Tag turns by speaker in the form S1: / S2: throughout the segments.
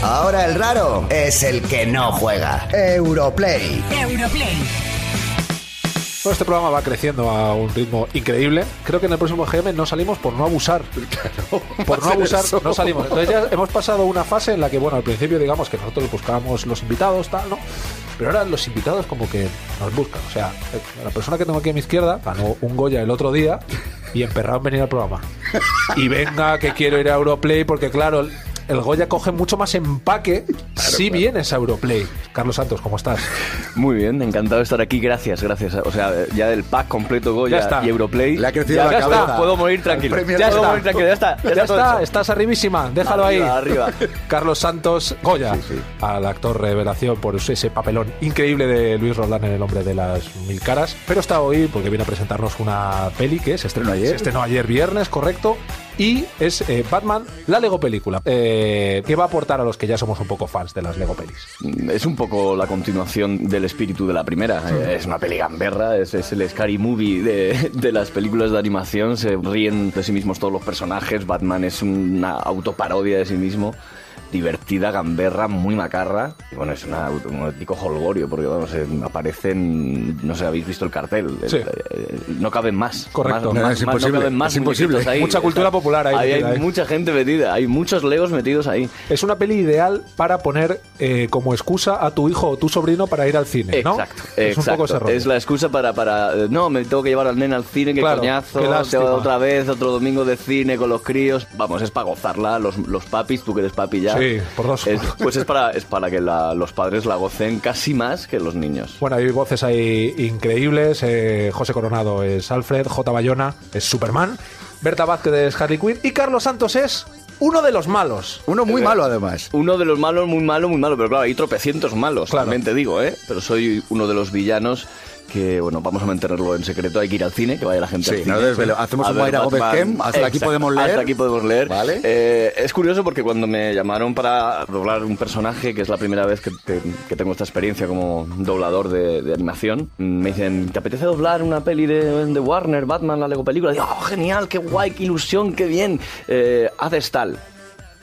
S1: Ahora el raro es el que no juega. Europlay.
S2: Europlay.
S3: Bueno, este programa va creciendo a un ritmo increíble. Creo que en el próximo GM no salimos por no abusar. por no abusar, no salimos. Entonces ya hemos pasado una fase en la que, bueno, al principio digamos que nosotros buscábamos los invitados, tal, ¿no? Pero ahora los invitados como que nos buscan. O sea, la persona que tengo aquí a mi izquierda ganó un Goya el otro día y emperraron en venir al programa. Y venga, que quiero ir a Europlay porque, claro, el Goya coge mucho más empaque si
S4: claro.
S3: vienes a Europlay. Carlos Santos, ¿cómo estás?
S5: Muy bien, encantado de estar aquí, gracias, gracias. O sea, ya del pack completo Goya
S3: Ya está.
S5: y Europlay.
S4: Le ha crecido
S5: ya,
S4: la
S5: ya
S4: cabeza.
S5: está, puedo morir tranquilo.
S4: Al premio
S5: Ya
S4: Nobel.
S5: está, morir tranquilo, ya está. Ya,
S3: Ya,
S5: está, todo
S3: está,
S5: hecho.
S3: estás arribísima, déjalo
S5: Arriba,
S3: ahí.
S5: arriba.
S3: Carlos Santos Goya, al actor revelación por ese papelón increíble de Luis Roldán en El hombre de las mil caras, pero está hoy porque viene a presentarnos una peli que se estrenó ayer, se estrenó ayer viernes, correcto, y es eh, Batman, la Lego película, eh, que va a aportar a los que ya somos un poco fans de las Lego pelis.
S5: Es un poco la continuación del espíritu de la primera. Eh, Es una peli gamberra, es, es el scary movie de, de las películas de animación. Se ríen de sí mismos todos los personajes. Batman es una autoparodia de sí mismo. Divertida, gamberra, muy macarra. Y bueno, es una, auto- un auténtico holgorio, porque vamos, eh, aparecen. No sé, habéis visto el cartel.
S3: Sí.
S5: Eh, eh, no caben más.
S3: Correcto.
S5: Más-
S3: No,
S5: más-
S4: es
S5: más- no
S4: imposible,
S5: caben más
S4: es imposible.
S5: muñequitos ahí.
S3: Mucha cultura popular ahí
S5: Hay,
S3: metida, eh.
S5: mucha gente metida, hay muchos leos metidos ahí.
S3: Es una peli ideal para poner eh, como excusa a tu hijo o tu sobrino para ir al cine, ¿no?
S5: Exacto,
S3: Es un poco
S5: exacto.
S3: ese rollo.
S5: Es la excusa para, para. eh, No, me tengo que llevar al nene al cine, que
S3: Claro,
S5: coñazo.
S3: qué lástima.
S5: te- Otra vez, otro domingo de cine con los críos. Vamos, es para gozarla, los, los papis, tú que eres papi ya.
S3: Sí, por dos.
S5: Es- pues es para, es para que la- los padres la gocen casi más que los niños.
S3: Bueno, hay voces ahí increíbles. eh, José Coronado es Alfred, J. Bayona es Superman, Berta Vázquez es Harley Quinn y Carlos Santos es uno de los malos.
S4: Uno muy malo, además.
S5: Uno de los malos, muy malo, muy malo, pero claro, hay tropecientos malos,
S3: Claro.
S5: también te digo, ¿eh? Pero soy uno de los villanos que, bueno, vamos a mantenerlo en secreto, hay que ir al cine, que vaya la gente
S4: Sí,
S5: al cine.
S4: no desvelo. Hacemos
S5: A
S4: un
S5: ver
S4: Mayra Gómez
S5: Batman.
S4: Kem, hasta aquí podemos leer.
S5: Hasta aquí podemos leer.
S4: Vale.
S5: Eh, es curioso porque cuando me llamaron para doblar un personaje, que es la primera vez que, que- que tengo esta experiencia como doblador de, de animación, me dicen, ¿te apetece doblar una peli de, de Warner, Batman, la Lego película? Y digo, "Oh, genial, qué guay, qué ilusión, qué bien. Eh, haces tal.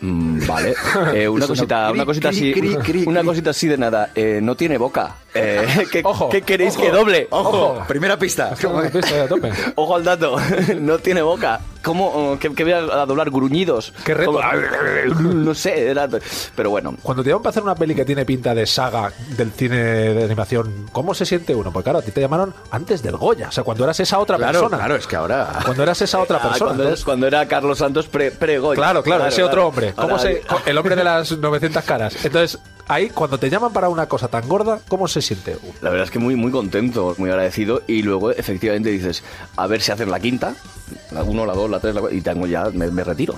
S5: Mm, Vale. Eh, una
S4: Suena
S5: cosita,
S4: cri,
S5: una cosita
S4: cri,
S5: así, mm,
S4: cri, cri,
S5: una
S4: cri.
S5: cosita así de nada. Eh, no tiene boca. Eh, ¿qué,
S3: Ojo,
S5: qué queréis
S3: ojo,
S5: que doble?
S4: Ojo, primera pista.
S3: Estoy a tope.
S5: Ojo al dato. no tiene boca. ¿Cómo? eh, ¿Qué, qué voy a doblar? Gruñidos.
S3: Qué reto.
S5: ¿Cómo? no sé. era- Pero bueno.
S3: Cuando te llaman para hacer una peli que tiene pinta de saga del cine de animación, ¿cómo se siente uno? Porque claro, a ti te llamaron antes del Goya, o sea, cuando eras esa otra
S4: Claro,
S3: persona.
S4: claro, es que ahora.
S3: Cuando eras esa otra
S5: Ah,
S3: persona.
S5: cuando,
S3: entonces-
S5: cuando era Carlos Santos pre- pre-Goya.
S3: Claro, claro, ese otro
S5: claro.
S3: hombre. ¿Cómo
S5: Ahora-
S3: se- el hombre de las 900 caras. Entonces, ahí, cuando te llaman para una cosa tan gorda, ¿cómo se siente uno?
S5: La verdad es que muy, muy contento, muy agradecido. Y luego, efectivamente, dices, a ver si haces la quinta, la uno, la dos, la tres, la cuatro, y tengo ya, me, me retiro.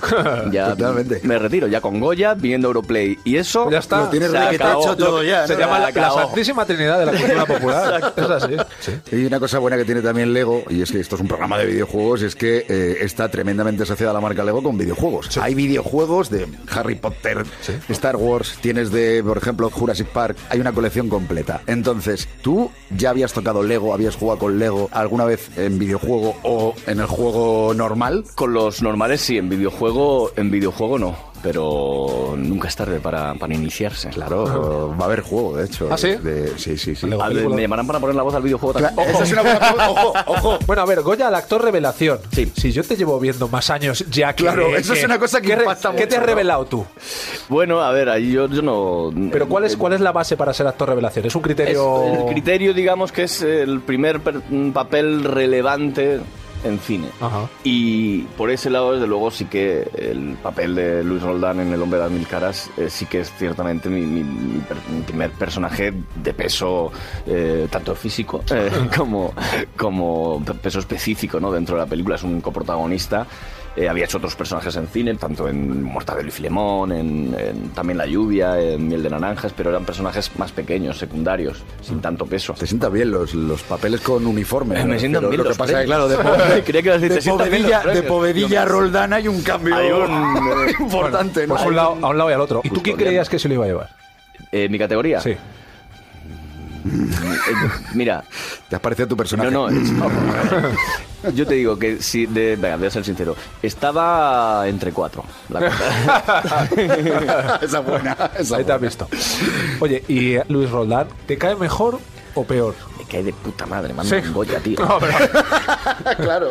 S5: Ya,
S4: Totalmente.
S5: Me retiro, ya con Goya, viendo Europlay. Y eso.
S3: Ya está. Lo
S4: tienes
S5: se
S4: requete
S5: acabó.
S4: hecho todo
S5: Lo-
S4: ya, ¿no?
S3: Se
S5: se
S3: llama la, la
S5: acabó.
S3: Santísima Trinidad de la Cultura Popular. Es así. Sí.
S4: Y una cosa buena que tiene también Lego, y es que esto es un programa de videojuegos, es que eh, está tremendamente asociada la marca Lego con videojuegos. Hay videojuegos de Harry Potter, Star Wars, tienes de, por ejemplo, Jurassic Park, hay una colección completa. Entonces, ¿tú ya habías tocado Lego, habías jugado con Lego alguna vez en videojuego o en el juego normal?
S5: Con los normales sí, en videojuego, en videojuego no. Pero nunca es tarde para, para iniciarse.
S4: Claro, va a haber juego, de hecho.
S3: ¿Ah, sí?
S4: de- sí, sí, sí.
S3: Lego.
S5: A ver, me llamarán para poner la voz al videojuego
S4: Cla-
S5: también.
S4: esa es una buena pregunta. Ojo, ojo.
S3: Oh, Bueno, a ver, Goya, el actor revelación.
S5: Sí.
S3: Si yo te llevo viendo más años ya que...
S4: Claro, eso es una cosa que
S3: ¿qué, re-
S4: impacta
S3: ¿Qué te
S4: mucho,
S3: has
S4: ¿no?
S3: revelado tú?
S5: Bueno, a ver, ahí yo, yo no. eh,
S3: Pero ¿cuál es, cuál es la base para ser actor revelación? ¿Es un criterio...?
S5: Es el criterio, digamos, que es el primer per- papel relevante en cine.
S3: Ajá.
S5: Y por ese lado, desde luego, sí que el papel de Luis Roldán en El hombre de las mil caras eh, sí que es ciertamente mi, mi- mi per- mi primer personaje de peso, eh, tanto físico eh, como, como pe- peso específico ¿no? dentro de la película. Es un coprotagonista. Eh, había hecho otros personajes en cine, tanto en Mortadelo y Filemón, en, en también La Lluvia, en Miel de Naranjas, pero eran personajes más pequeños, secundarios, sin tanto peso.
S4: Te sientan bien los, los papeles con uniforme.
S5: Eh, Mm. me
S4: ¿no?
S5: sientan
S4: Pero
S5: bien
S4: Lo que
S5: los
S4: pasa es que, claro,
S5: premios.
S4: de, po-
S5: Creía que ibas a decir,
S4: de
S5: "Te sientan bien los
S4: povedilla, de
S5: premios".
S4: povedilla a Roldán hay un cambio
S5: Hay un, eh,
S4: importante. ¿no?
S3: Pues a un lado, a un lado y al otro. ¿Y tú
S5: Justo,
S3: quién creías que se lo iba a llevar?
S5: Eh, mi categoría.
S3: Sí.
S5: Eh, Mira,
S4: ¿Te has parecido a tu personaje?
S5: no, no, es- no. Yo te digo que si, de, venga, voy a ser sincero. Estaba entre cuatro. La
S3: Eh.
S5: cosa.
S4: esa buena, esa
S3: Ahí te has
S4: buena.
S3: visto. Oye, ¿y Luis Roldán te cae mejor o peor?
S5: Me cae de puta madre, manda
S3: Sí.
S5: un Goya, tío.
S3: No, pero
S4: claro.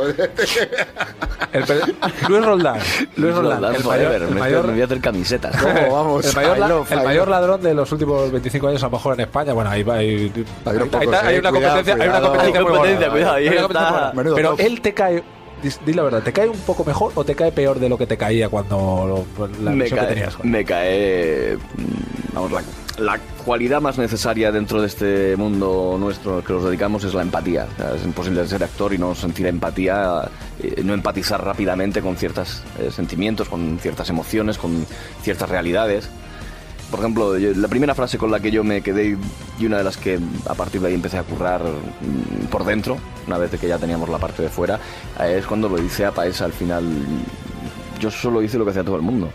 S3: el pe- Luis Roldán. Luis Roldán,
S5: Roldán
S3: el
S5: forever.
S3: mayor, el
S5: me,
S3: mayor-
S5: me voy a hacer camisetas.
S4: ¿Cómo vamos?
S3: el mayor,
S4: I
S3: la-
S4: love,
S3: el
S4: I
S3: mayor
S4: love.
S3: ladrón de los últimos 25 años, a lo mejor en España. Bueno, ahí va. Hay,
S4: Hay unos
S3: ahí-
S4: pocos,
S3: ahí está-
S4: eh,
S3: hay una
S4: cuidado,
S3: competencia, hay una
S4: cuidado.
S3: competencia muy
S5: Competencia,
S3: buena.
S5: cuidado, ahí
S3: Hay una
S5: está.
S3: competencia muy buena.
S4: Menudo
S3: Pero
S4: top.
S3: él te cae. dis- Di la verdad, ¿te cae un poco mejor o te cae peor de lo que te caía cuando lo- la
S5: me
S3: visión que
S5: cae,
S3: tenías?
S5: me cae, mm, vamos, la, la cualidad más necesaria dentro de este mundo nuestro al que nos dedicamos es la empatía. O sea, es imposible ser actor y no sentir empatía, eh, no empatizar rápidamente con ciertos eh, sentimientos, con ciertas emociones, con ciertas realidades. Por ejemplo, yo- la primera frase con la que yo me quedé y una de las que a partir de ahí empecé a currar mm, por dentro, una vez de que ya teníamos la parte de fuera, eh, es cuando lo dice a Paesa al final, yo solo hice lo que hacía todo el mundo.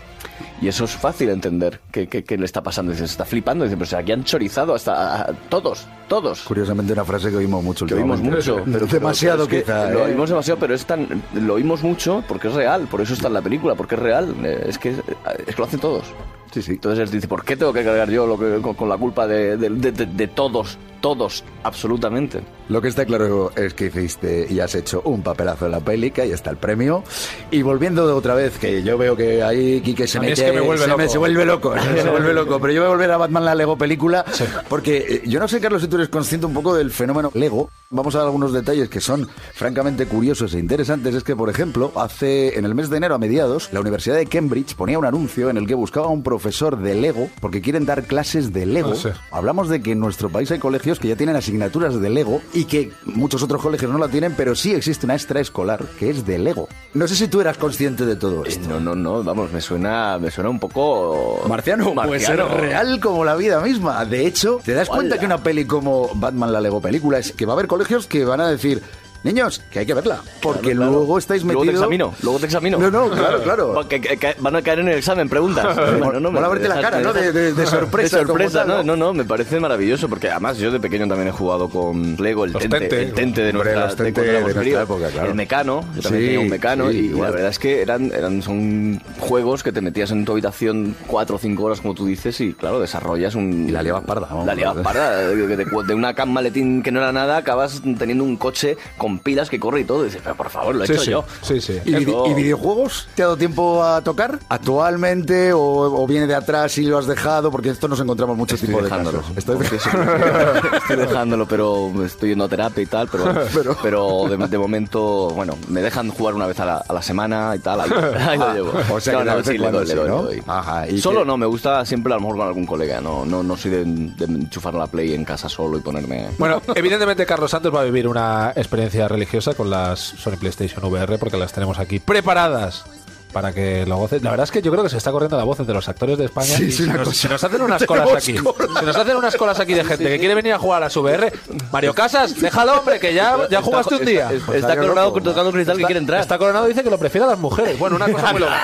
S5: Y eso es fácil entender que, que- que le está pasando. Dice, se está flipando. Dice, pero si aquí han chorizado hasta a- a- todos, todos.
S4: Curiosamente una frase que oímos mucho
S5: Que oímos
S4: últimamente.
S5: mucho. Pero,
S4: demasiado
S5: pero es que
S4: quizá,
S5: Lo
S4: ¿eh?
S5: oímos demasiado, pero es tan, lo oímos mucho porque es real. Por eso está en la película, porque es real. eh, Es que, es que lo hacen todos.
S4: Sí, sí.
S5: Entonces él dice, ¿por qué tengo que cargar yo lo que- con, con la culpa de, de- de- de- de todos? Todos, absolutamente.
S4: Lo que está claro es que hiciste y has hecho un papelazo en la pélica y está el premio. Y volviendo de otra vez, que yo veo que ahí Quique se
S3: A mí
S4: me,
S3: es que me vuelve
S4: se
S3: loco.
S4: se vuelve loco, se me vuelve loco. Pero yo voy a volver a Batman la Lego película, porque eh, yo no sé, Carlos, si tú eres consciente un poco del fenómeno Lego. Vamos a dar algunos detalles que son francamente curiosos e interesantes. Es que, por ejemplo, hace en el mes de enero a mediados, la Universidad de Cambridge ponía un anuncio en el que buscaba a un profesor de Lego porque quieren dar clases de Lego.
S3: Ah, sí.
S4: Hablamos de que en nuestro país hay colegios que ya tienen asignaturas de Lego y que muchos otros colegios no la tienen, pero sí existe una extraescolar que es de Lego. No sé si tú eras consciente de todo
S5: Eh,
S4: esto.
S5: No, no, no, vamos, me suena, me suena un poco...
S4: Marciano, pues era real como la vida misma. De hecho, te das cuenta
S5: Hola.
S4: que una peli como Batman la Lego película es que va a haber colegios que van a decir, niños, que hay que verla, porque
S5: Claro, claro.
S4: luego estáis metidos...
S5: Luego te examino, luego te examino.
S4: No, no, claro, claro.
S5: Va- que- que- que van a caer en el examen, preguntas. Bueno, no, me-
S4: mola
S5: me
S4: verte la
S5: dejas-
S4: cara,
S5: me
S4: ¿no?
S5: dejas-
S4: De- de- de sorpresa,
S5: De sorpresa,
S4: como
S5: ¿no?
S4: tal,
S5: No, no, me parece maravilloso, porque además yo de pequeño también he jugado con Lego, el
S3: Los
S5: Tente,
S3: Tente.
S5: el Tente de
S4: Hombre,
S5: nuestra,
S4: los Tente
S5: cuando
S4: de
S5: éramos
S4: nuestra
S5: críos,
S4: época, claro.
S5: El Mecano, yo también
S4: Sí,
S5: tenía un Mecano,
S4: sí,
S5: y
S4: igual.
S5: la verdad es que eran, eran son juegos que te metías en tu habitación cuatro o cinco horas, como tú dices, y claro, desarrollas un...
S4: Y la liabas parda, vamos.
S5: La liabas parda, de, de- de una can maletín que no era nada, acabas teniendo un coche con pilas que corre y todo, y dices, pero por favor, lo he
S3: Sí,
S5: hecho
S3: sí,
S5: yo.
S3: sí, sí.
S4: ¿Y, vide- y videojuegos? ¿Te ha dado tiempo a tocar? ¿Actualmente o, o viene de atrás y lo has dejado? Porque esto nos encontramos muchos
S5: Estoy
S4: tipos de
S5: dejándolo.
S4: casos. Estoy-
S5: confieso que estoy dejándolo, pero estoy yendo a terapia y tal. Pero, pero... de, de momento, bueno, me dejan jugar una vez a la, a la semana y tal. Ahí, ahí lo llevo.
S4: Ah, o sea que de vez
S5: sí,
S4: en
S5: le doy,
S4: cuando
S5: le doy,
S4: sí, ¿no?
S5: le doy.
S4: Ajá, ¿y
S5: Solo
S4: qué?
S5: no, me gusta siempre a lo mejor con algún colega. No, no, no soy de, de enchufar la play en casa solo y ponerme.
S3: Bueno, evidentemente Carlos Santos va a vivir una experiencia religiosa con las Sony PlayStation VR porque las tenemos aquí preparadas para que lo goces. La verdad es que yo creo que se está corriendo la voz entre los actores de España
S4: Sí,
S3: y
S4: es
S3: se
S4: una
S3: nos,
S4: cosa.
S3: se nos hacen unas
S4: Tenemos
S3: colas aquí.
S4: cola.
S3: Se nos hacen unas colas aquí de gente que quiere venir a jugar a las VR. Mario Casas, déjalo, hombre, que ya, ya jugaste un día.
S5: Está,
S4: Pues salió
S5: coronado
S4: loco.
S5: tocando cristal que quiere entrar.
S3: Está coronado dice que lo prefiere a las mujeres. Bueno, una cosa muy loca.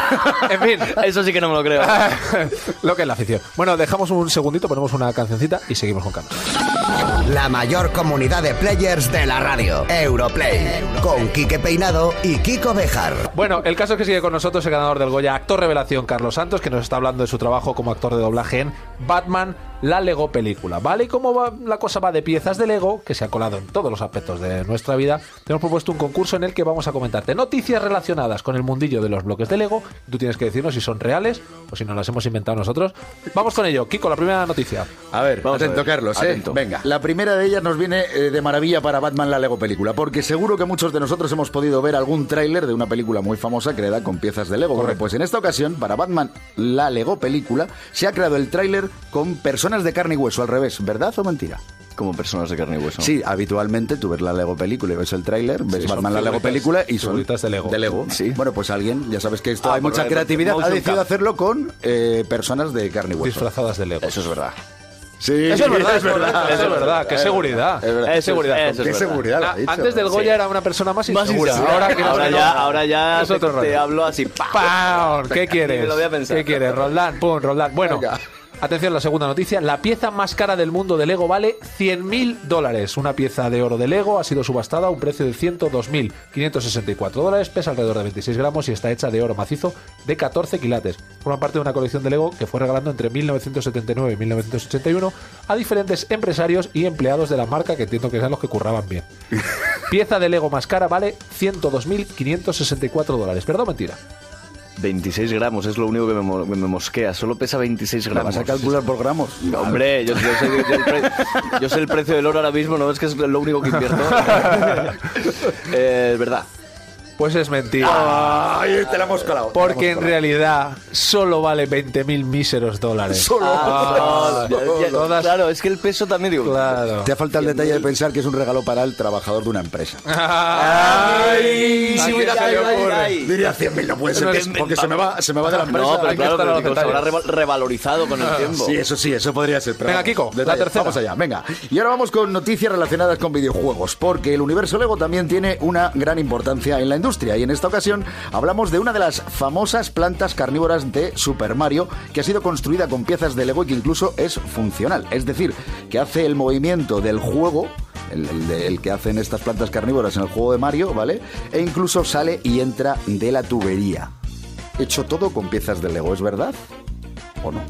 S3: En fin.
S5: Eso sí que no me lo creo.
S3: Lo que es la afición. Bueno, dejamos un segundito, ponemos una cancioncita y seguimos con Carlos.
S1: La mayor comunidad de players de la radio. Europlay. Con Quique Peinado y Kiko Bejar.
S3: Bueno, el caso es que sigue con nosotros el ganador del Goya, actor revelación Carlos Santos, que nos está hablando de su trabajo como actor de doblaje en Batman, la Lego película. ¿Vale? Y cómo va, la cosa va de piezas de Lego, que se ha colado en todos los aspectos de nuestra vida, te hemos propuesto un concurso en el que vamos a comentarte noticias relacionadas con el mundillo de los bloques de Lego. Tú tienes que decirnos si son reales o si nos las hemos inventado nosotros. Vamos con ello. Kiko, la primera noticia.
S4: A ver,
S5: Vamos
S4: atento,
S5: a ver,
S4: Carlos, ¿eh?
S5: atento.
S4: Venga. La primera de ellas nos viene eh, de maravilla para Batman la Lego película, porque seguro que muchos de nosotros hemos podido ver algún tráiler de una película muy famosa creada con piezas de Lego. Bueno, pues en esta ocasión, para Batman la Lego película, se ha creado el tráiler con personas de carne y hueso al revés, ¿verdad o mentira?
S5: Como personas de carne y hueso.
S4: Sí, habitualmente tú ves la Lego película y ves el tráiler, ves
S3: Sí, son
S4: Batman la Lego
S3: figuritas-
S4: película y son
S3: figuritas de Lego. pues
S5: Sí.
S4: Bueno, pues alguien, ya sabes que esto
S5: Ah,
S4: hay
S5: por
S4: mucha
S5: la-
S4: creatividad, ha
S5: motion
S4: decidido
S5: cap.
S4: hacerlo con eh, personas de carne y hueso.
S3: Disfrazadas de Lego.
S5: Eso es verdad.
S4: Sí,
S3: Eso es verdad, es
S5: Ah,
S3: verdad, eso es verdad.
S5: eh,
S3: Qué seguridad.
S4: Es verdad.
S3: Qué seguridad.
S5: Eso es
S4: Qué
S5: verdad.
S4: seguridad lo ha
S3: Ah,
S4: dicho.
S3: Antes del Goya
S5: Sí.
S3: era una persona más
S5: Más
S3: insegura.
S5: insegura.
S3: Ahora, que
S5: Ahora
S3: no-
S5: ya, ahora ya
S3: Es otro
S5: te, te
S3: rollo.
S5: hablo así. pa.
S3: ¡Pam! ¿Qué
S5: Me
S3: quieres?
S5: lo voy a pensar.
S3: ¿Qué quieres? Roldán, pum, Roldán. Bueno,
S4: Venga.
S3: Atención, la segunda noticia. La pieza más cara del mundo de Lego vale 100.000 dólares. Una pieza de oro de Lego ha sido subastada a un precio de 102.564 dólares, pesa alrededor de 26 gramos y está hecha de oro macizo de 14 quilates. Forma parte de una colección de Lego que fue regalando entre 1979 y 1981 a diferentes empresarios y empleados de la marca que entiendo que eran los que curraban bien. Pieza de Lego más cara vale 102.564 dólares. Perdón, mentira.
S5: 26 gramos, es lo único que me, mo- me mosquea. Solo pesa 26
S4: ¿La
S5: gramos.
S4: vas a calcular por gramos?
S5: No, hombre, yo, yo sé, que- yo el pre- yo sé el precio del oro ahora mismo, no es que es lo único que invierto. Eh, es verdad.
S3: Pues es mentira.
S4: ¡Ay, te la hemos calado!
S3: Porque en realidad solo vale 20.000 míseros dólares. Ah,
S5: Ya- ya-
S3: todas-
S5: Claro, es que el peso también, digo.
S3: Claro.
S4: Te ha faltado el detalle de pensar que es un regalo para el trabajador de una empresa.
S3: Ay,
S5: Ay,
S3: si hubiera
S5: ay,
S3: salido
S5: ay,
S3: ocurre.
S5: ay.
S4: Diría 100.000, no puede
S3: No
S4: ser, que-
S3: eres-
S4: porque se me va, se me va de la empresa.
S5: No, pero
S3: Hay que
S5: claro,
S3: estar a
S5: pero
S3: los
S5: digo, se habrá
S3: detalles. Ah,
S5: reval- revalorizado con el tiempo.
S4: Sí, eso sí, eso podría ser. pero
S3: Venga,
S4: vamos,
S3: Kiko, la
S4: detalles,
S3: tercera.
S4: Vamos allá, venga. Y ahora vamos con noticias relacionadas con videojuegos, porque el universo Lego también tiene una gran importancia en la industria. Y en esta ocasión hablamos de una de las famosas plantas carnívoras de Super Mario, que ha sido construida con piezas de Lego y que incluso es funcional. Es decir, que hace el movimiento del juego el, el de- el que hacen estas plantas carnívoras en el juego de Mario, ¿vale? E incluso sale y entra de la tubería. Hecho todo con piezas de Lego, ¿es verdad? ¿O no?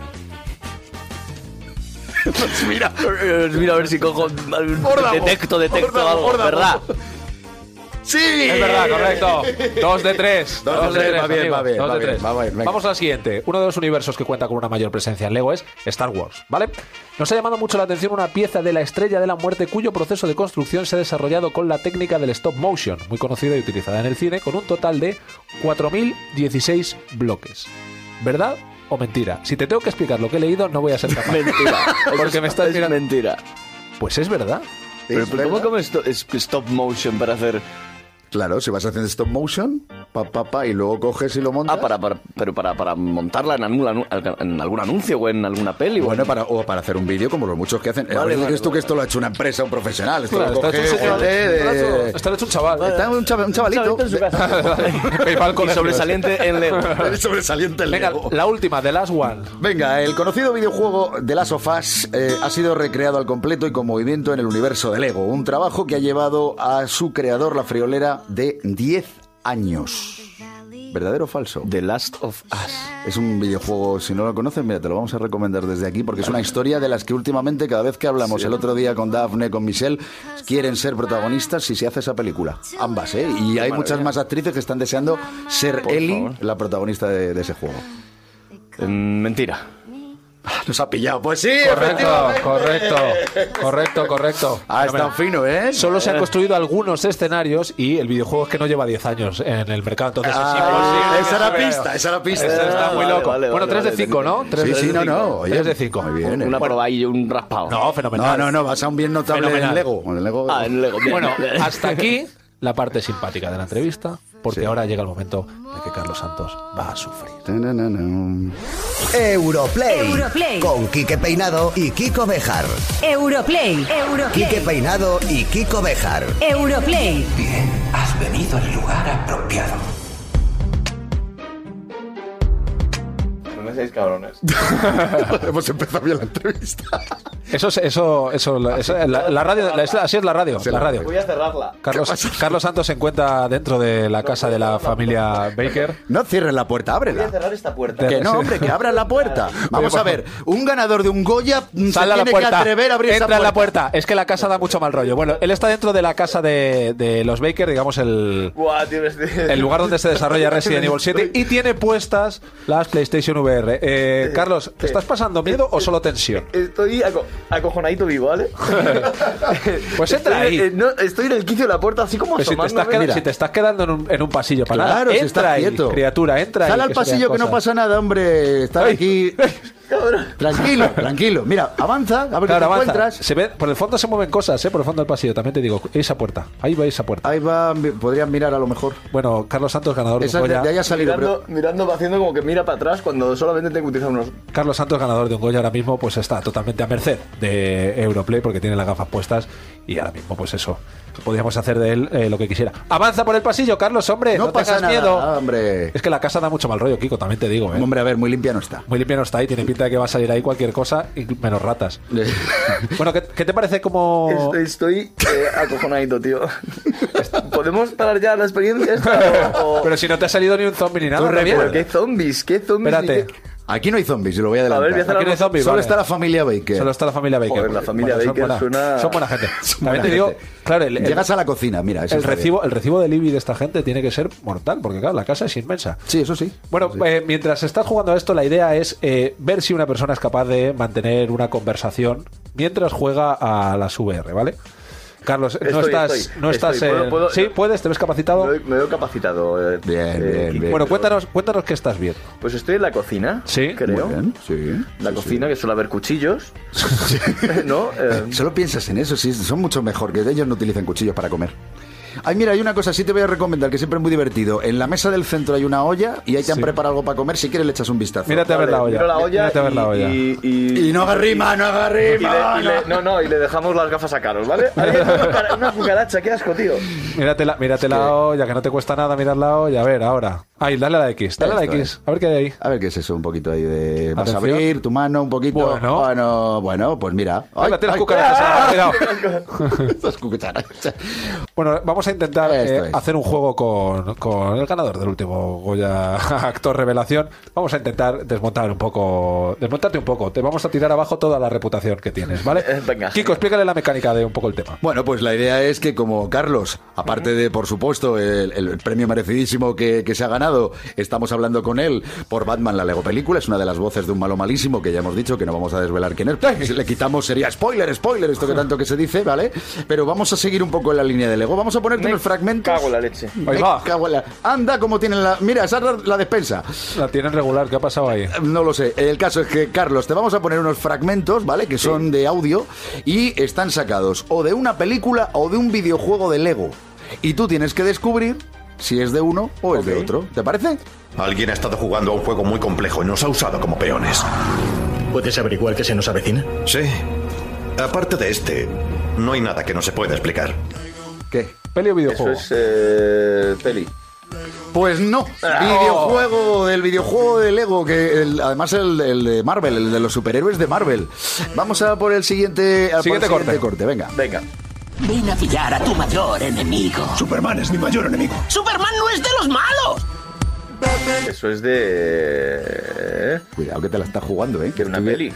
S5: Mira, eh, mira a ver si cojo. Pues Detecto, detecto
S4: Órdamo,
S5: algo,
S4: órdamo.
S5: ¿verdad?
S4: ¡Sí!
S3: Es verdad, correcto. Dos de tres.
S4: Dos de tres, va bien,
S3: amigos.
S4: va bien,
S3: Dos
S4: va
S3: de
S4: bien,
S3: tres.
S4: va bien, venga.
S3: Vamos a la siguiente. Uno de los universos que cuenta con una mayor presencia en Lego es Star Wars, ¿vale? Nos ha llamado mucho la atención una pieza de la Estrella de la Muerte cuyo proceso de construcción se ha desarrollado con la técnica del stop motion, muy conocida y utilizada en el cine, con un total de 4.016 bloques. ¿Verdad o mentira? Si te tengo que explicar lo que he leído, no voy a ser capaz.
S5: Mentira. Eso
S3: Porque
S5: es-
S3: me estás
S5: es
S3: mirando.
S5: mentira.
S3: Pues es verdad.
S5: Pero,
S4: ¿Es
S5: pero ¿Cómo
S4: verdad?
S5: como esto- es stop motion para hacer.
S4: Claro, si vas haciendo stop motion, pa, pa, pa, y luego coges y lo montas.
S5: Ah, para, para, pero para, para montarla en algún, anu- en algún anuncio o en alguna peli. o
S4: Bueno, para, o para hacer un vídeo, como los muchos que hacen.
S5: Vale,
S4: Ahora dices
S5: vale,
S4: tú que
S5: vale.
S4: esto lo ha hecho una empresa, un profesional. Esto
S3: Claro,
S4: lo
S3: está
S4: coge
S3: hecho un señor.
S4: gente de-
S3: Está hecho un chaval. ¿eh?
S4: Está un, chava- un chavalito.
S5: Chavalito en su casa.
S3: PayPal
S5: Y
S3: colegios.
S5: sobresaliente en Lego.
S4: de- sobresaliente el
S3: Venga,
S4: Lego.
S3: la última, The Last One.
S4: Venga, el conocido videojuego de Last of Us eh, ha sido recreado al completo y con movimiento en el universo de Lego. Un trabajo que ha llevado a su creador la friolera de 10 años. ¿Verdadero o falso?
S5: The Last of Us.
S4: Es un videojuego, si no lo conoces, mira, te lo vamos a recomendar desde aquí porque es una historia de las que últimamente cada vez que hablamos, el otro día con Daphne, con Michelle, quieren ser protagonistas si se hace esa película. Ambas, ¿eh? Y hay muchas más actrices que están deseando ser Ellie,
S5: favor.
S4: la protagonista de, de ese juego.
S5: Mm, Mentira.
S4: Nos ha pillado, pues sí,
S3: Correcto, correcto, correcto, correcto.
S4: Ah, está fino, ¿eh?
S3: Solo se han construido algunos escenarios y el videojuego es que no lleva 10 años en el mercado. Entonces, pues es
S4: Ah,
S3: imposible.
S4: esa era pista, esa era pista.
S3: Eso está muy
S5: Vale,
S3: loco.
S5: vale,
S3: bueno,
S5: vale,
S3: 3 de
S5: vale,
S3: 5, ¿no?
S5: sí,
S3: Tres
S4: sí,
S3: de
S4: sí, no,
S3: cinco.
S4: no, oye,
S3: Tres de 5.
S4: muy bien. ¿eh?
S5: Una probada y un raspado.
S3: No, fenomenal.
S4: No, no, no, vas a un bien notable en
S3: Fenomenal.
S4: Lego. En el Lego.
S5: Ah, en Lego. bien.
S3: Bueno, hasta aquí la parte simpática de la entrevista, porque ahora llega el momento de que Carlos Santos va a sufrir.
S4: Tananana.
S1: Europlay,
S2: Europlay.
S1: con Quique Peinado y Kiko Bejar.
S2: Europlay.
S1: Quique
S2: Europlay.
S1: Peinado y Kiko Bejar.
S2: Europlay.
S6: Bien, has venido al lugar apropiado.
S5: No seáis cabrones.
S4: Hemos empezado bien la entrevista.
S3: Eso, es- eso, eso, la- eso- la, la radio, la- así es la radio, la radio.
S5: a cerrarla.
S3: Carlos, Carlos Santos se encuentra dentro de la casa de la familia Baker.
S4: No cierres la puerta, ábrela.
S5: esta
S3: Te-
S5: puerta.
S4: Que no, hombre, que abran la puerta. Vamos
S3: por
S4: a ver, un ganador de un Goya mm, se
S3: Sale a
S4: tiene
S3: la
S4: que
S3: puerta.
S4: atrever a abrir
S3: Entra
S4: esa
S3: en la puerta. Es que la casa da mucho mal rollo. Bueno, él está dentro de la casa de, de los Baker, digamos, el,
S5: Buah, tío,
S3: el lugar donde se desarrolla Resident Evil 7 y tiene puestas las PlayStation VR. Eh, Carlos, ¿te estás pasando miedo o solo tensión?
S5: Estoy acojonadito vivo, ¿vale?
S3: Pues entra ahí.
S5: estoy en el quicio de la puerta, así como ¿eh?
S3: Pero si, te estás queda- si te estás quedando en un, en un pasillo para nada,
S4: Claro, si
S3: entra
S4: estás
S3: ahí,
S4: quieto.
S3: criatura, entra
S4: Sal
S3: ahí,
S4: al
S3: que se vean
S4: pasillo que no
S3: cosas.
S4: pasa nada, hombre. Estar
S3: Ay.
S4: aquí. Tranquilo, tranquilo. Mira, avanza, a ver qué te
S3: Claro, avanza.
S4: encuentras.
S3: Se ve, por el fondo se mueven cosas, ¿eh? por el fondo del pasillo. También te digo, esa puerta. Ahí va esa puerta.
S4: Ahí va, mi- podrían mirar a lo mejor.
S3: Bueno, Carlos Santos, ganador de un
S4: Esa de,
S3: Goya.
S4: de ahí ha salido, pero.
S5: Mirando, mirando, va haciendo como que mira para atrás cuando solamente tengo que utilizar unos.
S3: Carlos Santos, ganador de un Goya, ahora mismo pues está totalmente a merced de Europlay porque tiene las gafas puestas y ahora mismo pues eso, podríamos hacer de él eh, lo que quisiera. Avanza por el pasillo, Carlos, hombre, no,
S4: No pasa
S3: tengas
S4: nada,
S3: miedo.
S4: hombre.
S3: Es que la casa da mucho mal rollo, Kiko, también te digo, ¿eh?
S4: Hombre, a ver, muy limpia no está.
S3: Muy limpia no está ahí, tiene pinta pinta de que va a salir ahí cualquier cosa, y menos ratas. bueno, ¿qué, qué te parece como...?
S5: Estoy, estoy, eh, acojonadito, tío. ¿Podemos parar ya la experiencia esta? O- o-
S3: Pero si no te ha salido ni un zombie ni nada, Javier.
S5: Pero qué zombies, qué zombies.
S3: Espérate.
S5: ¿Qué-
S4: Aquí no hay zombies, y lo voy a
S5: ver,
S4: adelantar.
S5: voy a hacer
S3: Aquí no hay zombies,
S4: Solo
S3: vale.
S4: está la familia Baker.
S3: Solo está la familia Baker.
S5: Joder, la familia
S3: son
S5: Baker
S3: buena-
S5: suena-
S3: Son buena gente. También
S4: buena
S3: te digo,
S4: gente.
S3: claro, el, el-
S4: Llegas a la cocina, mira. eso
S3: el
S4: está bien.
S3: recibo, el recibo del IBI de esta gente tiene que ser mortal, porque claro, la casa es inmensa.
S4: Sí, eso sí.
S3: Bueno, eh, mientras estás jugando a esto, la idea es eh, ver si una persona es capaz de mantener una conversación mientras juega a las VR, ¿vale? Carlos, no
S5: Estoy,
S3: estás,
S5: estoy,
S3: no estás,
S5: estoy. ¿Puedo-
S3: en-
S5: puedo-
S3: sí, puedes, te ves capacitado.
S5: Me veo- me veo capacitado. eh,
S4: Bien,
S5: eh,
S4: bien,
S5: Kike.
S4: bien.
S3: bueno,
S5: Pero-
S3: cuéntanos, cuéntanos qué estás viendo.
S5: Pues estoy en la cocina,
S3: Sí,
S5: creo.
S4: Muy bien, sí.
S5: La
S4: sí,
S5: cocina, que suele haber cuchillos. ¿No? Eh,
S4: sí. Solo piensas en eso, sí, son mucho mejor, que ellos no utilizan cuchillos para comer. Ay, mira, hay una cosa, sí te voy a recomendar, que siempre es muy divertido. En la mesa del centro hay una olla y ahí te han
S3: Sí.
S4: preparado algo para comer, si quieres le echas un vistazo.
S3: Mírate a ver
S5: vale,
S3: la olla.
S5: miro la olla
S3: Mírate a ver la olla.
S5: y- y-
S4: Y no hagas rima, no hagas
S5: y le-
S4: rima.
S5: y le- no, no, y le dejamos las gafas a Carlos, ¿vale? Ahí hay una cucara- una cucaracha, qué asco, tío.
S3: Mírate la, mírate la olla, que no te cuesta nada mirar la olla. A ver, ahora. Ahí, dale a la X, dale a la
S4: Esto
S3: X. A ver qué hay ahí.
S4: A ver qué es eso, un poquito ahí de... Vas a
S3: Atención.
S4: abrir tu mano un poquito.
S3: Bueno.
S4: Bueno, bueno, pues mira. Ay,
S3: Mírate las
S4: ay,
S3: cucarachas, ah, cuidado.
S4: Estas cucarachas.
S3: Bueno, vamos a intentar
S4: Esto
S3: eh,
S4: es.
S3: hacer un juego con, con el ganador del último Goya Actor Revelación. Vamos a intentar desmontar un poco, desmontarte un poco. Te vamos a tirar abajo toda la reputación que tienes, ¿vale?
S5: Eh, venga.
S3: Kiko, explícale la mecánica de un poco el tema.
S4: Bueno, pues la idea es que como Carlos, aparte de, por supuesto, el, el premio merecidísimo que, que se ha ganado, estamos hablando con él por Batman, la Lego película, es una de las voces de un malo malísimo que ya hemos dicho que no vamos a desvelar quién es. porque Si le quitamos sería spoiler, spoiler, esto que tanto que se dice, ¿vale? Pero vamos a seguir un poco en la línea de Lego. Vamos a ponerte
S5: Me
S4: unos fragmentos.
S5: Cago en la leche.
S3: Ahí
S4: Me
S3: va.
S4: cago en la- Anda como tienen la... Mira, esa es la despensa.
S3: La tienen regular, ¿qué ha pasado ahí?
S4: No lo sé. El caso es que, Carlos, te vamos a poner unos fragmentos, ¿vale? Que son de audio y están sacados o de una película o de un videojuego de Lego. Y tú tienes que descubrir si es de uno o es de otro. ¿Te parece?
S7: Alguien ha estado jugando a un juego muy complejo y nos ha usado como peones.
S8: ¿Puedes averiguar qué se nos avecina?
S7: Sí. Aparte de este, no hay nada que no se pueda explicar.
S4: ¿Qué?
S3: ¿Peli o
S5: Eso
S3: videojuego?
S5: es eh, peli.
S4: Pues no.
S3: Ah.
S4: Videojuego, el videojuego de Lego, que el- además el, el de Marvel, el de los superhéroes de Marvel. Vamos a por el siguiente, a por el
S3: Siguiente corte.
S4: corte. Venga.
S5: Venga.
S9: Ven a pillar a tu mayor enemigo.
S7: Superman es mi mayor enemigo.
S9: ¡Superman no es de los malos!
S5: Eso es de.
S4: Cuidado que te la está jugando, ¿eh?
S5: De una
S4: Estoy-
S5: peli.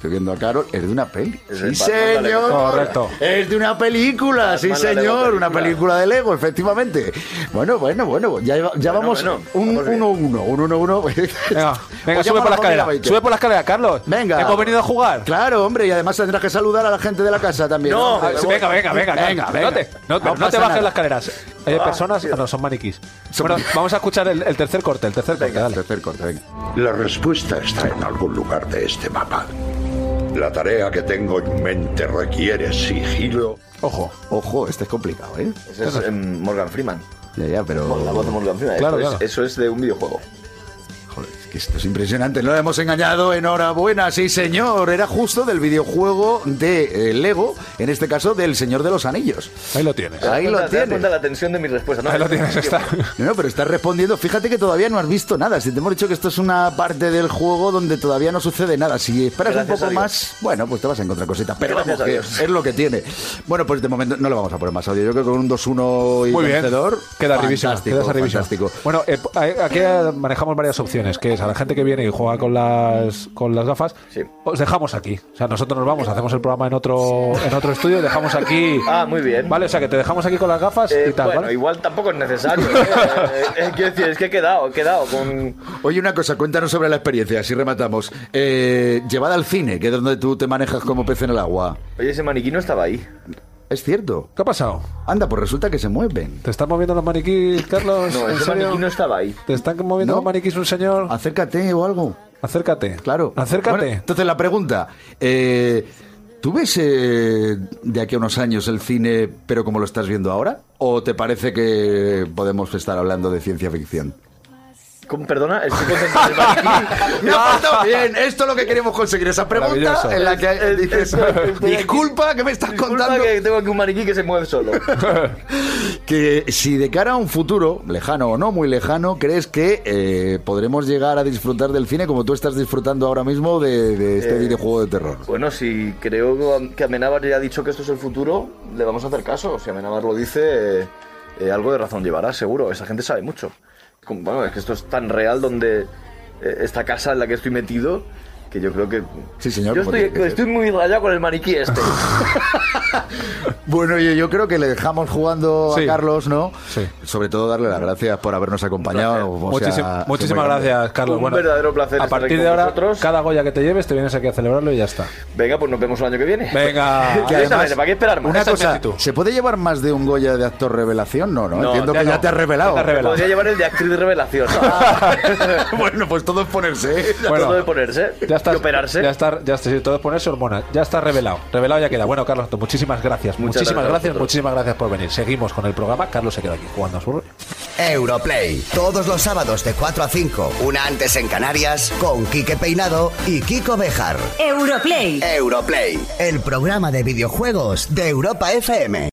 S4: Estoy viendo a Carol, es de una peli.
S5: Es
S4: Sí,
S5: el Batman, la Lego
S4: señor.
S5: película.
S3: Correcto.
S4: Es de una película, sí,
S5: Batman, la Lego
S4: señor. Una
S5: película.
S4: película de Lego, efectivamente. Bueno, bueno, bueno. Ya, lleva- ya
S5: Bueno,
S4: vamos
S5: bueno,
S4: un
S5: vamos bien.
S4: 1-1. Un Pues 1-1.
S3: Venga, venga
S4: Os
S3: sube por
S4: llamo
S3: la
S4: familia
S3: escalera.
S4: Baker.
S3: Sube por la escalera, Carlos.
S4: Venga.
S3: Hemos venido a jugar.
S4: Claro, hombre, y además tendrás que saludar a la gente de la casa también.
S5: No,
S3: Ah, sí, venga, venga, venga,
S4: Venga,
S3: Carlos.
S4: venga.
S3: No te, no,
S4: No
S3: pero no
S4: pasa
S3: te bajes
S4: nada.
S3: las escaleras. Hay personas, ah, no, son maniquís. Bueno, vamos a escuchar el, el tercer corte, el tercer corte, dale.
S4: Tercer corte, venga.
S7: La respuesta está en algún lugar de este mapa. La tarea que tengo en mente requiere sigilo.
S3: Ojo.
S4: Ojo, este es complicado, ¿eh?
S5: Ese es em, Morgan Freeman.
S4: Ya, ya, pero.
S5: La voz de Morgan Freeman.
S3: Claro,
S5: eso,
S3: claro.
S5: Es, eso es de un videojuego.
S4: Joder, es que esto es impresionante. No lo hemos engañado. Enhorabuena, sí, señor. Era justo del videojuego de eh, Lego, en este caso del Señor de los Anillos.
S3: Ahí lo tienes.
S4: Ahí
S5: ¿Te
S4: lo
S5: das cuenta
S4: tienes.
S5: la tensión de mi respuesta? ¿no?
S3: Ahí lo tienes, está.
S4: No, no, pero estás respondiendo. Fíjate que todavía no has visto nada. Si te hemos dicho que esto es una parte del juego donde todavía no sucede nada. Si esperas
S5: Gracias
S4: un
S5: a
S4: poco
S5: Dios.
S4: más, bueno, pues te vas a encontrar cositas. Pero
S5: Gracias
S4: vamos,
S5: a
S4: que
S5: Dios.
S4: es lo que tiene. Bueno, pues de momento no le vamos a poner más audio. Yo creo que con un 2-1 y
S3: Muy bien.
S4: vencedor.
S3: Queda arribísima.
S4: fantástico,
S3: Quedas arribísima.
S4: fantástico.
S3: Bueno, eh, a- aquí manejamos varias opciones, que es a la gente que viene y juega con las con las gafas,
S5: Sí.
S3: os dejamos aquí. O sea, nosotros nos vamos, hacemos el programa en otro en otro estudio y dejamos aquí.
S5: Ah, muy bien.
S3: Vale, o sea, que te dejamos aquí con las gafas
S5: Eh,
S3: y tal,
S5: bueno,
S3: ¿vale?
S5: igual tampoco es necesario. ¿eh? Eh, eh, quiero decir, es que he quedado, he quedado con.
S4: Oye, una cosa, cuéntanos sobre la experiencia, así rematamos. Eh, llevada al cine, que es donde tú te manejas como pez en el agua.
S5: Oye, ese maniquí no estaba ahí.
S4: Es cierto.
S3: ¿Qué ha pasado?
S4: Anda, pues resulta que se mueven.
S3: ¿Te están moviendo los maniquís, Carlos?
S5: No,
S3: ¿En
S5: ese
S3: serio?
S5: maniquí no estaba ahí.
S3: ¿Te están moviendo
S4: ¿No?
S3: los maniquís un señor?
S4: Acércate o algo.
S3: Acércate.
S4: Claro.
S3: Acércate.
S4: Bueno, entonces la pregunta, eh, ¿tú ves eh, de aquí a unos años el cine, pero como lo estás viendo ahora? ¿O te parece que podemos estar hablando de ciencia ficción?
S9: con- perdona, estoy concentrado en el maniquí.
S4: Me ha faltado bien. Esto es lo que queremos conseguir. Esa pregunta
S3: Maravilloso.
S4: en la que dices,
S9: Esto, esto,
S4: disculpa, que me estás
S9: Disculpa
S4: contando?
S9: que tengo aquí un maniquí que se mueve solo.
S4: Que si de cara a un futuro, lejano o no muy lejano, crees que eh, podremos llegar a disfrutar del cine como tú estás disfrutando ahora mismo de, de este
S9: Eh,
S4: videojuego de terror.
S9: Bueno, si creo que Amenábar ya ha dicho que esto es el futuro, le vamos a hacer caso. Si Amenábar lo dice, eh, eh, algo de razón llevará, seguro. Esa gente sabe mucho. Como, bueno, es que esto es tan real donde eh, esta casa en la que estoy metido, que yo creo que...
S4: Sí, señor,
S9: Yo
S4: como
S9: estoy,
S4: tiene que ser.
S9: estoy muy rayado con el maniquí este.
S4: Bueno, yo, yo creo que le dejamos jugando
S3: Sí.
S4: a Carlos, ¿no?
S3: Sí.
S4: Sobre todo darle las gracias por habernos acompañado. o sea,
S3: Muchísim-
S4: fue muy
S3: muchísimas
S4: grande.
S3: gracias, Carlos.
S9: Un
S3: Bueno,
S9: verdadero placer
S3: A
S9: estar
S3: partir
S9: aquí
S3: de
S9: con
S3: ahora,
S9: vosotros.
S3: cada Goya que te lleves, te vienes aquí a celebrarlo y ya está.
S9: Venga, pues nos vemos el año que viene.
S3: Venga.
S4: Que
S9: Ya
S4: además-
S9: sabes, ¿para qué esperar más?
S4: Una
S3: Esa es mi
S4: cosa,
S3: actitud.
S4: ¿se puede llevar más de un Goya de actor revelación? No, no,
S9: No,
S4: entiendo
S9: ya
S4: que ya
S9: no.
S4: te has revelado.
S3: Ya te has revelado.
S9: Podría llevar el de actriz revelación.
S4: bueno, pues todo es ponerse. ¿eh?
S3: Ah, Bueno.
S9: Todo de ponerse
S3: Ya está,
S9: y operarse.
S3: Ya está, ya está, sí, todo es ponerse hormonas. Ya está revelado. Revelado ya queda. Bueno, Carlos, muchísimas gracias.
S9: Muchas
S3: muchísimas
S9: gracias a
S3: gracias,
S9: vosotros.
S3: muchísimas gracias por venir. Seguimos con el programa. Carlos se queda aquí jugando a su rol.
S1: Europlay, todos los sábados de 4 a 5, una antes en Canarias, con Quique Peinado y Kiko Bejar.
S2: Europlay.
S1: Europlay, el programa de videojuegos de Europa FM.